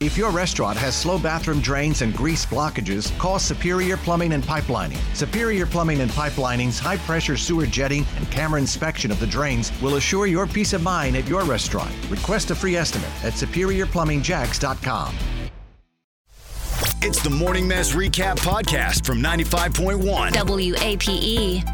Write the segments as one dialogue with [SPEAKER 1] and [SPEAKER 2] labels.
[SPEAKER 1] If your restaurant has slow bathroom drains and grease blockages, call Superior Plumbing and Pipelining. Superior Plumbing and Pipelining's high pressure sewer jetting and camera inspection of the drains will assure your peace of mind at your restaurant. Request a free estimate at superiorplumbingjacks.com.
[SPEAKER 2] It's the Morning Mess Recap Podcast from 95.1.
[SPEAKER 3] E.
[SPEAKER 4] WAPE.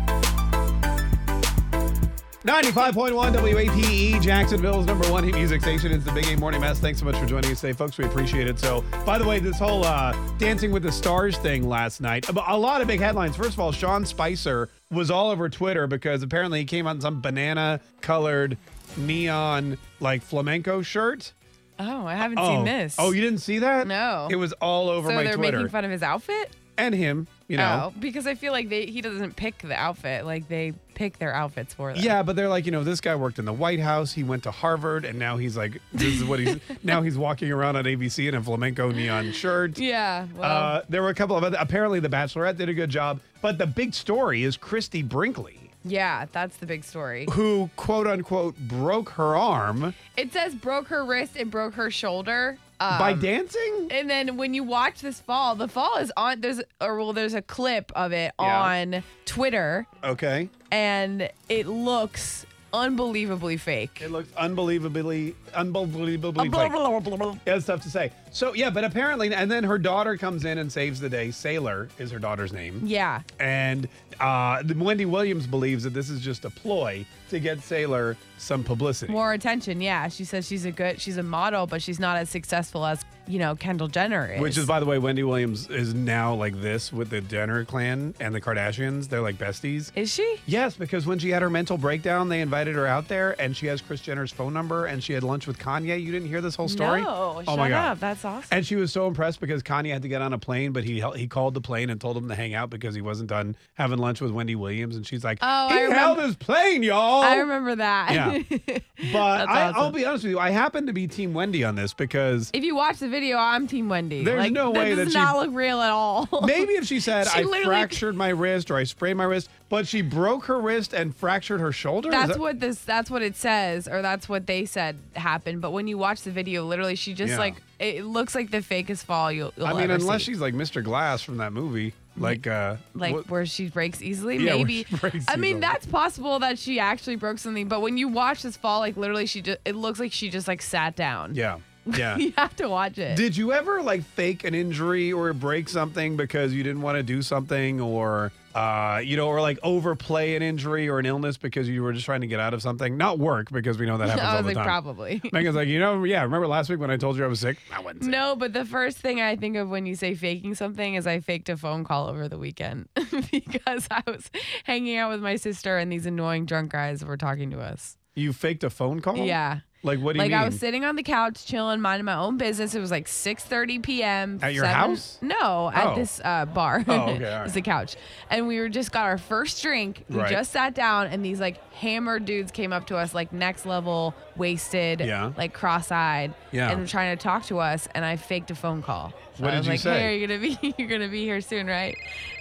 [SPEAKER 5] 95.1 WAPE, Jacksonville's E, number one hit music station. It's the Big A Morning Mess. Thanks so much for joining us today, folks. We appreciate it. So, by the way, this whole uh, Dancing with the Stars thing last night, a a lot of big headlines. First of all, Sean Spicer was all over Twitter because apparently he came on some banana colored neon like flamenco shirt.
[SPEAKER 6] Oh, I haven't
[SPEAKER 5] Oh.
[SPEAKER 6] seen this.
[SPEAKER 5] Oh, you didn't see that?
[SPEAKER 6] No.
[SPEAKER 5] It was all over
[SPEAKER 6] so
[SPEAKER 5] my
[SPEAKER 6] they're
[SPEAKER 5] Twitter.
[SPEAKER 6] making fun of his outfit.
[SPEAKER 5] and him, you know.
[SPEAKER 6] Oh, because I feel like they he doesn't pick the outfit. Like they pick their outfits for them.
[SPEAKER 5] Yeah, but they're like, you know, this guy worked in the White House. He went to Harvard, and now he's like, this is what he's now he's walking around on ABC in a flamenco neon shirt.
[SPEAKER 6] Yeah. Well,
[SPEAKER 5] Uh, there were a couple of other. Apparently, The Bachelorette did a good job, but the big story is Christy Brinkley,
[SPEAKER 6] yeah. That's the big story.
[SPEAKER 5] who quote unquote broke her arm
[SPEAKER 6] It says broke her wrist and broke her shoulder. Um,
[SPEAKER 5] by dancing.
[SPEAKER 6] and then when you watch this fall, the fall is on. There's or well, there's a clip of it
[SPEAKER 5] Yeah.
[SPEAKER 6] on Twitter,
[SPEAKER 5] Okay,
[SPEAKER 6] and it looks unbelievably fake.
[SPEAKER 5] it looks unbelievably, unbelievably. fake. Yeah, it's tough to say. So yeah, but apparently, and then her daughter comes in and saves the day. Sailor is her daughter's name.
[SPEAKER 6] Yeah.
[SPEAKER 5] And uh, the- Wendy Williams believes that this is just a ploy to get Sailor some publicity.
[SPEAKER 6] more attention. Yeah, she says she's a good, she's a model, but she's not as successful as you know Kendall Jenner is.
[SPEAKER 5] which is, by the way, Wendy Williams is now like this with the Jenner clan and the Kardashians. They're like besties.
[SPEAKER 6] is she?
[SPEAKER 5] Yes, because when she had her mental breakdown, they invited her out there, and she has Chris Jenner's phone number, and she had lunch with Kanye. You didn't hear this whole story?
[SPEAKER 6] No,
[SPEAKER 5] oh
[SPEAKER 6] shut
[SPEAKER 5] my god,
[SPEAKER 6] up. That's awesome.
[SPEAKER 5] And she was so impressed because Kanye had to get on a plane, but he hel- he called the plane and told him to hang out because he wasn't done having lunch with Wendy Williams, and she's like,
[SPEAKER 6] Oh,
[SPEAKER 5] "He
[SPEAKER 6] I
[SPEAKER 5] held
[SPEAKER 6] remember-
[SPEAKER 5] his plane, y'all."
[SPEAKER 6] I remember that.
[SPEAKER 5] oh, Yeah. But
[SPEAKER 6] That's
[SPEAKER 5] I, I'll
[SPEAKER 6] awesome.
[SPEAKER 5] be honest with you, I happen to be Team Wendy on this because
[SPEAKER 6] if you watch the video, I'm Team Wendy.
[SPEAKER 5] There's
[SPEAKER 6] Like,
[SPEAKER 5] no way
[SPEAKER 6] that
[SPEAKER 5] that
[SPEAKER 6] does
[SPEAKER 5] she-
[SPEAKER 6] not look real at all.
[SPEAKER 5] maybe if she said
[SPEAKER 6] She
[SPEAKER 5] I
[SPEAKER 6] literally-
[SPEAKER 5] fractured my wrist or I sprained my wrist, but she broke her wrist and fractured her shoulder. Is
[SPEAKER 6] that's
[SPEAKER 5] that-
[SPEAKER 6] what this. That's what it says, or that's what they said happened. But when you watch the video, literally, she just
[SPEAKER 5] Yeah.
[SPEAKER 6] like it looks like the fakest fall you'll. you'll
[SPEAKER 5] I mean,
[SPEAKER 6] ever
[SPEAKER 5] unless
[SPEAKER 6] see.
[SPEAKER 5] she's like Mr. Glass from that movie, like uh,
[SPEAKER 6] like
[SPEAKER 5] what-
[SPEAKER 6] where she breaks easily
[SPEAKER 5] Yeah, where
[SPEAKER 6] maybe
[SPEAKER 5] she breaks
[SPEAKER 6] i mean
[SPEAKER 5] easily.
[SPEAKER 6] that's possible that she actually broke something but when you watch this fall like literally she just it looks like she just like sat down
[SPEAKER 5] yeah, yeah.
[SPEAKER 6] you have to watch it
[SPEAKER 5] Did you ever like fake an injury or break something because you didn't want to do something or uh, you know, or like overplay an injury or an illness because you were just trying to get out of something? Not work because we know that happens
[SPEAKER 6] i
[SPEAKER 5] all
[SPEAKER 6] was
[SPEAKER 5] the
[SPEAKER 6] like
[SPEAKER 5] time.
[SPEAKER 6] probably
[SPEAKER 5] Megan's like, you know, yeah, remember last week when I told you I was sick? I wasn't sick.
[SPEAKER 6] no but the first thing i think of when you say faking something is i faked a phone call over the weekend because i was hanging out with my sister and these annoying drunk guys were talking to us
[SPEAKER 5] You faked a phone call?
[SPEAKER 6] yeah
[SPEAKER 5] Like what do you
[SPEAKER 6] like
[SPEAKER 5] mean?
[SPEAKER 6] I was sitting on the couch chilling, minding my own business. It was like 6:30 p.m.
[SPEAKER 5] At your house?
[SPEAKER 6] No, at
[SPEAKER 5] Oh.
[SPEAKER 6] this uh, bar.
[SPEAKER 5] Oh, okay, all right.
[SPEAKER 6] it's a couch, and we were just got our first drink. We
[SPEAKER 5] Right.
[SPEAKER 6] just sat down, and these like hammered dudes came up to us, like next level, wasted,
[SPEAKER 5] Yeah.
[SPEAKER 6] like cross-eyed,
[SPEAKER 5] Yeah.
[SPEAKER 6] and were trying to talk to us. And I faked a phone call. So
[SPEAKER 5] What did
[SPEAKER 6] I was
[SPEAKER 5] you
[SPEAKER 6] like,
[SPEAKER 5] say?
[SPEAKER 6] Hey, you're gonna be you're gonna be here soon, right?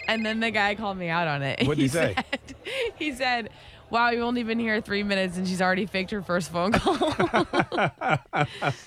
[SPEAKER 6] And then the guy called me out on it.
[SPEAKER 5] What did he say?
[SPEAKER 6] said- he said. Wow, you've only been here three minutes and she's already faked her first phone call.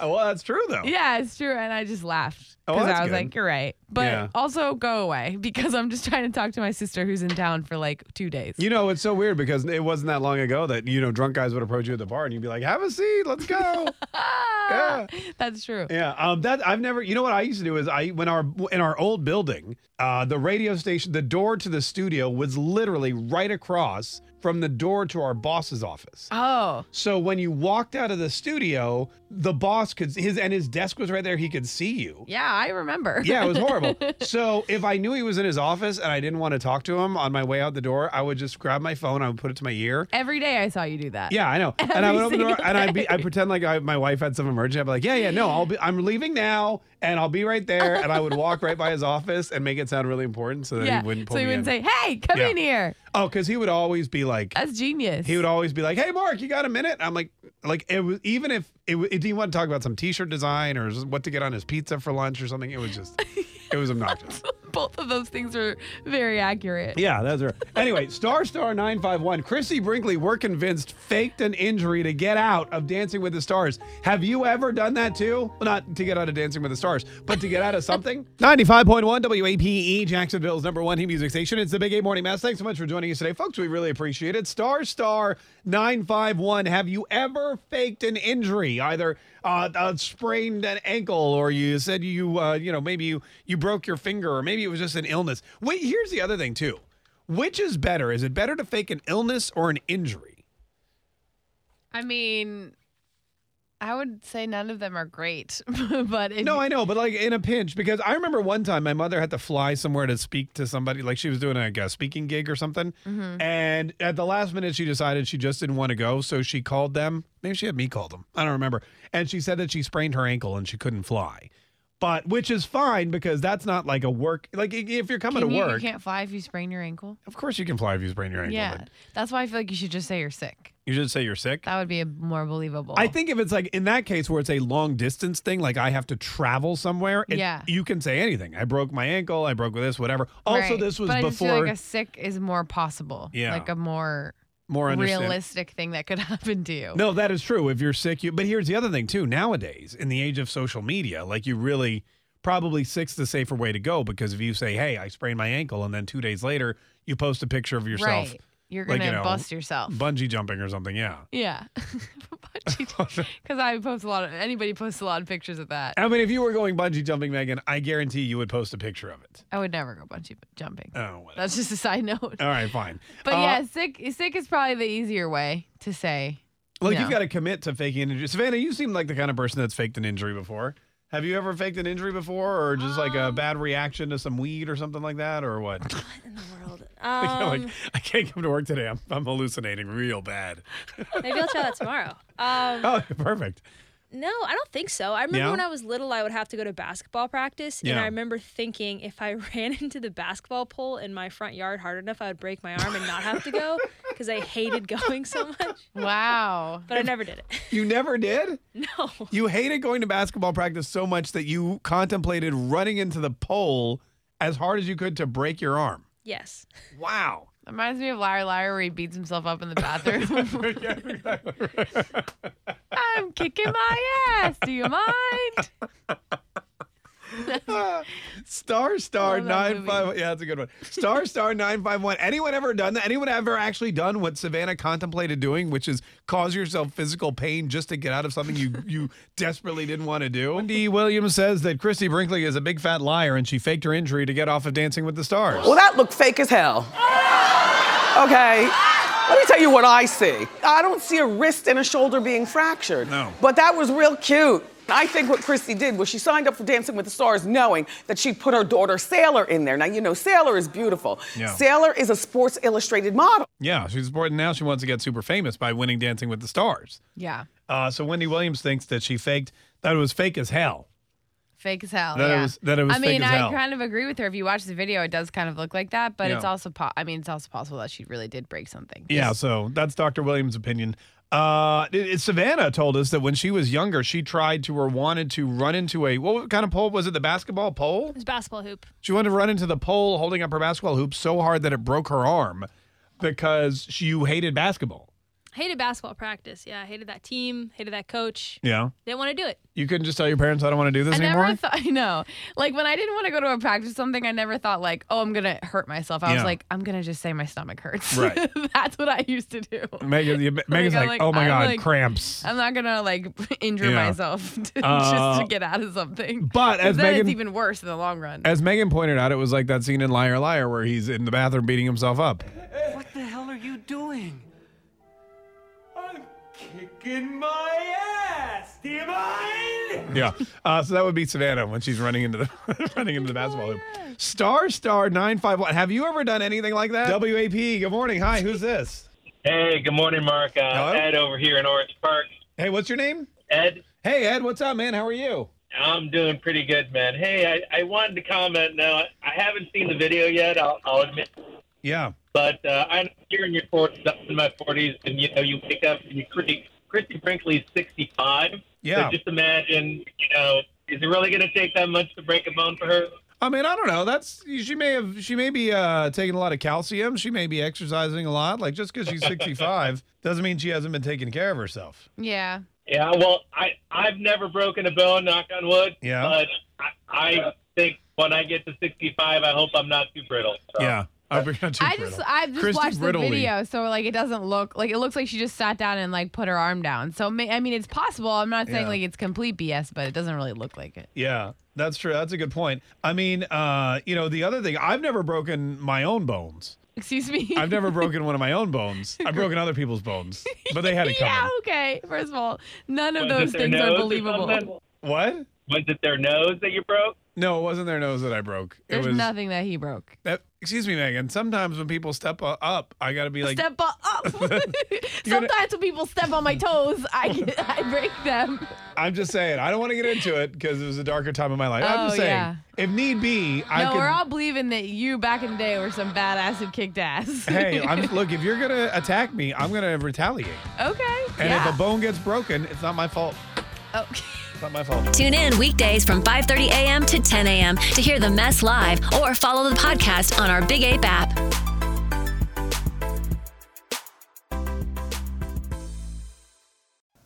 [SPEAKER 5] Oh, well, that's true though.
[SPEAKER 6] Yeah, it's true. And I just laughed
[SPEAKER 5] Oh,
[SPEAKER 6] because
[SPEAKER 5] that's
[SPEAKER 6] I was
[SPEAKER 5] good.
[SPEAKER 6] like, "You're right," but
[SPEAKER 5] Yeah.
[SPEAKER 6] also go away because I'm just trying to talk to my sister who's in town for like two days.
[SPEAKER 5] You know, it's so weird because it wasn't that long ago that, you know, drunk guys would approach you at the bar and you'd be like, have a seat, let's go. yeah.
[SPEAKER 6] Ah, That's true.
[SPEAKER 5] Yeah, um, that I've never. You know what I used to do is I when our in our old building, uh, the radio station, the door to the studio was literally right across from the door to our boss's office.
[SPEAKER 6] Oh,
[SPEAKER 5] So when you walked out of the studio, the boss could his and his desk was right there. He could see you.
[SPEAKER 6] yeah, I remember.
[SPEAKER 5] Yeah, it was horrible. so if I knew he was in his office and I didn't want to talk to him on my way out the door, I would just grab my phone. I would put it to my ear.
[SPEAKER 6] Every day I saw you do that.
[SPEAKER 5] Yeah, I know. And I would open the door and I'd be, I pretend like I, my wife had some emergency. I'd be like, yeah, yeah, no, I'll be, I'm leaving now and I'll be right there. And I would walk right by his office and make it sound really important so that
[SPEAKER 6] Yeah.
[SPEAKER 5] he wouldn't pull
[SPEAKER 6] so he
[SPEAKER 5] me
[SPEAKER 6] wouldn't
[SPEAKER 5] in.
[SPEAKER 6] say, "Hey, come
[SPEAKER 5] Yeah.
[SPEAKER 6] in here."
[SPEAKER 5] oh, because he would always be like,
[SPEAKER 6] That's genius.
[SPEAKER 5] he would always be like, hey, Mark, you got a minute? I'm like, like it was, even if it, wa- it didn't want to talk about some t-shirt design or what to get on his pizza for lunch or something, it was just, it was obnoxious.
[SPEAKER 6] Both of those things are very accurate.
[SPEAKER 5] Yeah, that's right. Anyway, Star Star 951. Chrissy Brinkley, we're convinced, faked an injury to get out of Dancing with the Stars. Have you ever done that too? Well, not to get out of Dancing with the Stars, but to get out of something? 95.1 WAPE, E, Jacksonville's number one hit music station. It's the Big A Morning Mass. Thanks so much for joining us today, folks. We really appreciate it. Star Star 951. Have you ever faked an injury? Either uh, uh, sprained an ankle or you said you, uh, you know, maybe you, you broke your finger or maybe it was just an illness. Wait, here's the other thing too. Which is better? Is it better to fake an illness or an injury?
[SPEAKER 6] I mean, I would say none of them are great, but if
[SPEAKER 5] No, I know, but like in a pinch, because I remember one time my mother had to fly somewhere to speak to somebody, like she was doing like a speaking gig or something.
[SPEAKER 6] Mm-hmm.
[SPEAKER 5] And at the last minute, she decided she just didn't want to go. So she called them. Maybe she had me call them. I don't remember. And she said that she sprained her ankle and she couldn't fly. But which is fine because that's not like a work. Like i- if you're coming
[SPEAKER 6] Can
[SPEAKER 5] to
[SPEAKER 6] you, you
[SPEAKER 5] work,
[SPEAKER 6] can't fly if you sprain your ankle.
[SPEAKER 5] of course you can fly if you sprain your ankle.
[SPEAKER 6] Yeah,
[SPEAKER 5] but
[SPEAKER 6] that's why I feel like you should just say you're sick.
[SPEAKER 5] You should say you're sick.
[SPEAKER 6] That would be a more believable.
[SPEAKER 5] I think if it's like in that case where it's a long distance thing, like I have to travel somewhere, it-
[SPEAKER 6] Yeah.
[SPEAKER 5] you can say anything. I broke my ankle, I broke this, whatever. Also,
[SPEAKER 6] Right.
[SPEAKER 5] this was
[SPEAKER 6] but I just feel
[SPEAKER 5] before
[SPEAKER 6] like a sick is more possible.
[SPEAKER 5] Yeah.
[SPEAKER 6] like a more
[SPEAKER 5] more understand-
[SPEAKER 6] realistic thing that could happen to you.
[SPEAKER 5] No, that is true. If you're sick, you. But here's the other thing too. Nowadays, in the age of social media, like you really probably sick's the safer way to go because if you say, "Hey, I sprained my ankle," and then two days later you post a picture of yourself
[SPEAKER 6] right? You're
[SPEAKER 5] like,
[SPEAKER 6] gonna
[SPEAKER 5] you know,
[SPEAKER 6] bust yourself.
[SPEAKER 5] bungee jumping or something, yeah.
[SPEAKER 6] yeah, because I post a lot of anybody posts a lot of pictures of that.
[SPEAKER 5] I mean, if you were going bungee jumping, Megan, I guarantee you would post a picture of it.
[SPEAKER 6] I would never go bungee jumping.
[SPEAKER 5] Oh, whatever.
[SPEAKER 6] That's just a side note.
[SPEAKER 5] All right, fine.
[SPEAKER 6] But
[SPEAKER 5] Uh,
[SPEAKER 6] yeah, sick sick is probably the easier way to say.
[SPEAKER 5] Like
[SPEAKER 6] No.
[SPEAKER 5] you've got to commit to faking an injury. Savannah, you seem like the kind of person that's faked an injury before. Have you ever faked an injury before, or just like a bad reaction to some weed or something like that, or what?
[SPEAKER 4] What Um, in the world?
[SPEAKER 5] You know, like,
[SPEAKER 4] Um,
[SPEAKER 5] I can't come to work today. I'm, I'm hallucinating real bad.
[SPEAKER 4] maybe I'll try that tomorrow. Um,
[SPEAKER 5] Oh, perfect.
[SPEAKER 4] no, I don't think so. I remember
[SPEAKER 5] Yeah?
[SPEAKER 4] when I was little, I would have to go to basketball practice, and
[SPEAKER 5] Yeah.
[SPEAKER 4] I remember thinking if I ran into the basketball pole in my front yard hard enough, I would break my arm and not have to go because I hated going so much.
[SPEAKER 6] Wow.
[SPEAKER 4] But I never did it.
[SPEAKER 5] You never did?
[SPEAKER 4] No,
[SPEAKER 5] You hated going to basketball practice so much that you contemplated running into the pole as hard as you could to break your arm.
[SPEAKER 4] yes,
[SPEAKER 5] Wow.
[SPEAKER 6] Reminds me of Liar Liar where he beats himself up in the bathroom. I'm kicking my ass. Do you mind?
[SPEAKER 5] Star Star
[SPEAKER 6] Love that movie.
[SPEAKER 5] 951. Yeah, that's a good one. Star Star 951. Anyone ever done that? Anyone ever actually done what Savannah contemplated doing, which is cause yourself physical pain just to get out of something you, you desperately didn't want to do? Wendy Williams says that Christy Brinkley is a big fat liar and she faked her injury to get off of Dancing with the Stars.
[SPEAKER 7] Well, that looked fake as hell. Okay. Let me tell you what I see. I don't see a wrist and a shoulder being fractured.
[SPEAKER 5] No.
[SPEAKER 7] But that was real cute. I think what Christy did was she signed up for Dancing with the Stars knowing that she'd put her daughter Sailor in there. Now, you know, Sailor is beautiful.
[SPEAKER 5] Yeah.
[SPEAKER 7] Sailor is a Sports Illustrated model.
[SPEAKER 5] Yeah, she's important now. She wants to get super famous by winning Dancing with the Stars.
[SPEAKER 6] Yeah.
[SPEAKER 5] Uh, so Wendy Williams thinks that she faked that it was fake as hell.
[SPEAKER 6] Fake as hell.
[SPEAKER 5] That it
[SPEAKER 6] yeah.
[SPEAKER 5] was- that it was
[SPEAKER 6] I mean,
[SPEAKER 5] fake as
[SPEAKER 6] I
[SPEAKER 5] hell.
[SPEAKER 6] kind of agree with her. If you watch the video, it does kind of look like that, but it's
[SPEAKER 5] Yeah.
[SPEAKER 6] also po- I mean, it's also possible that she really did break something.
[SPEAKER 5] Yeah, so that's Dr. Williams' opinion. Uh, it- it- Savannah told us that when she was younger, she tried to or wanted to run into a what kind of pole was it? The basketball pole?
[SPEAKER 4] it's basketball hoop.
[SPEAKER 5] She wanted to run into the pole holding up her basketball hoop so hard that it broke her arm because she you hated basketball.
[SPEAKER 4] I hated basketball practice. Yeah, I hated that team, hated that coach.
[SPEAKER 5] Yeah,
[SPEAKER 4] Didn't want to do it.
[SPEAKER 5] you couldn't just tell your parents I don't want to do this
[SPEAKER 6] I
[SPEAKER 5] anymore.
[SPEAKER 6] never thought, I know. Like when I didn't want to go to a practice or something, I never thought like, oh, I'm going to hurt myself. I
[SPEAKER 5] Yeah.
[SPEAKER 6] was like, I'm going to just say my stomach hurts.
[SPEAKER 5] Right.
[SPEAKER 6] That's what I used to do.
[SPEAKER 5] Megan, you- Megan's
[SPEAKER 6] I'm
[SPEAKER 5] like,
[SPEAKER 6] like-
[SPEAKER 5] oh my
[SPEAKER 6] I'm
[SPEAKER 5] god,
[SPEAKER 6] like-
[SPEAKER 5] cramps.
[SPEAKER 6] I'm not gonna like injure
[SPEAKER 5] Yeah.
[SPEAKER 6] myself to, just
[SPEAKER 5] Uh,
[SPEAKER 6] to get out of something.
[SPEAKER 5] but
[SPEAKER 6] 'Cause
[SPEAKER 5] as
[SPEAKER 6] then
[SPEAKER 5] Megan-
[SPEAKER 6] it's even worse in the long run.
[SPEAKER 5] As Megan pointed out, it was like that scene in Liar Liar where he's in the bathroom beating himself up.
[SPEAKER 8] What the hell are you doing? I'm kicking my ass. Do you mind?
[SPEAKER 5] Yeah. Uh, so that would be Savannah when she's running into the running into the basketball hoop. Star Star nine five one. Have you ever done anything like that? WAP. Good morning. Hi. Who's this?
[SPEAKER 9] Hey, good morning, Mark. Uh,
[SPEAKER 5] Hello?
[SPEAKER 9] Ed over here in Orange Park.
[SPEAKER 5] Hey, what's your name?
[SPEAKER 9] Ed,
[SPEAKER 5] Hey, Ed. What's up, man? How are you?
[SPEAKER 9] I'm doing pretty good, man. Hey, I, I wanted to comment. Now, I haven't seen the video yet. I'll, I'll admit,
[SPEAKER 5] Yeah.
[SPEAKER 9] but uh, I'm here in your 40s, up in my 40s, and you know, you wake up and you pretty. Christy Brinkley's 65.
[SPEAKER 5] Yeah.
[SPEAKER 9] So just imagine, you know, is it really going to take that much to break a bone for her?
[SPEAKER 5] I mean, I don't know. That's she may have she may be uh, taking a lot of calcium. She may be exercising a lot. Like just because she's 65 doesn't mean she hasn't been taking care of herself.
[SPEAKER 6] Yeah.
[SPEAKER 9] Yeah, well, I I've never broken a bone, knock on wood.
[SPEAKER 5] Yeah.
[SPEAKER 9] but I, I think when I get to 65, I hope I'm not too brittle. So.
[SPEAKER 5] I forgot to.
[SPEAKER 6] I just I just
[SPEAKER 5] Christy
[SPEAKER 6] watched the
[SPEAKER 5] Brittle-y.
[SPEAKER 6] video, so like it doesn't look like it looks like she just sat down and like put her arm down. So ma- I mean, it's possible. I'm not saying
[SPEAKER 5] Yeah.
[SPEAKER 6] like it's complete BS, but it doesn't really look like it.
[SPEAKER 5] Yeah, that's true. That's a good point. I mean, uh, you know, the other thing, I've never broken my own bones.
[SPEAKER 6] Excuse me.
[SPEAKER 5] I've never broken one of my own bones. I've broken other people's bones, but they had it coming.
[SPEAKER 6] yeah. Okay. First of all, none of
[SPEAKER 9] Was it
[SPEAKER 6] those
[SPEAKER 9] their
[SPEAKER 6] things
[SPEAKER 9] nose
[SPEAKER 6] are
[SPEAKER 9] or
[SPEAKER 6] believable.
[SPEAKER 9] something?
[SPEAKER 5] What?
[SPEAKER 9] Was it their nose that you broke?
[SPEAKER 5] No, it wasn't their nose that I broke.
[SPEAKER 6] There's
[SPEAKER 5] it was
[SPEAKER 6] nothing that he broke.
[SPEAKER 5] That, excuse me, Megan. Sometimes when people step u- up, I gotta be like,
[SPEAKER 6] step up. Sometimes when people step on my toes, I get, I break them.
[SPEAKER 5] I'm just saying, I don't want to get into it because it was a darker time in my life. I'm
[SPEAKER 6] Oh,
[SPEAKER 5] just saying,
[SPEAKER 6] yeah.
[SPEAKER 5] if need be, I
[SPEAKER 6] no,
[SPEAKER 5] can.
[SPEAKER 6] we're all believing that you back in the day were some badass who kicked ass.
[SPEAKER 5] hey, I'm, look, if you're gonna attack me, I'm gonna retaliate.
[SPEAKER 6] okay.
[SPEAKER 5] And
[SPEAKER 6] yeah.
[SPEAKER 5] if a bone gets broken, it's not my fault.
[SPEAKER 6] Oh.
[SPEAKER 5] It's not my fault.
[SPEAKER 3] Tune in weekdays from 5:30 a.m. to 10 a.m. to hear the mess live or follow the podcast on our Big Ape app.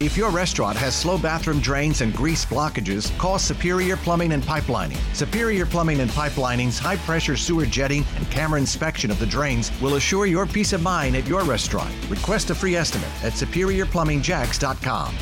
[SPEAKER 1] If your restaurant has slow bathroom drains and grease blockages, call Superior Plumbing and Pipelining. Superior Plumbing and Pipelining's high pressure sewer jetting and camera inspection of the drains will assure your peace of mind at your restaurant. Request a free estimate at superiorplumbingjax.com.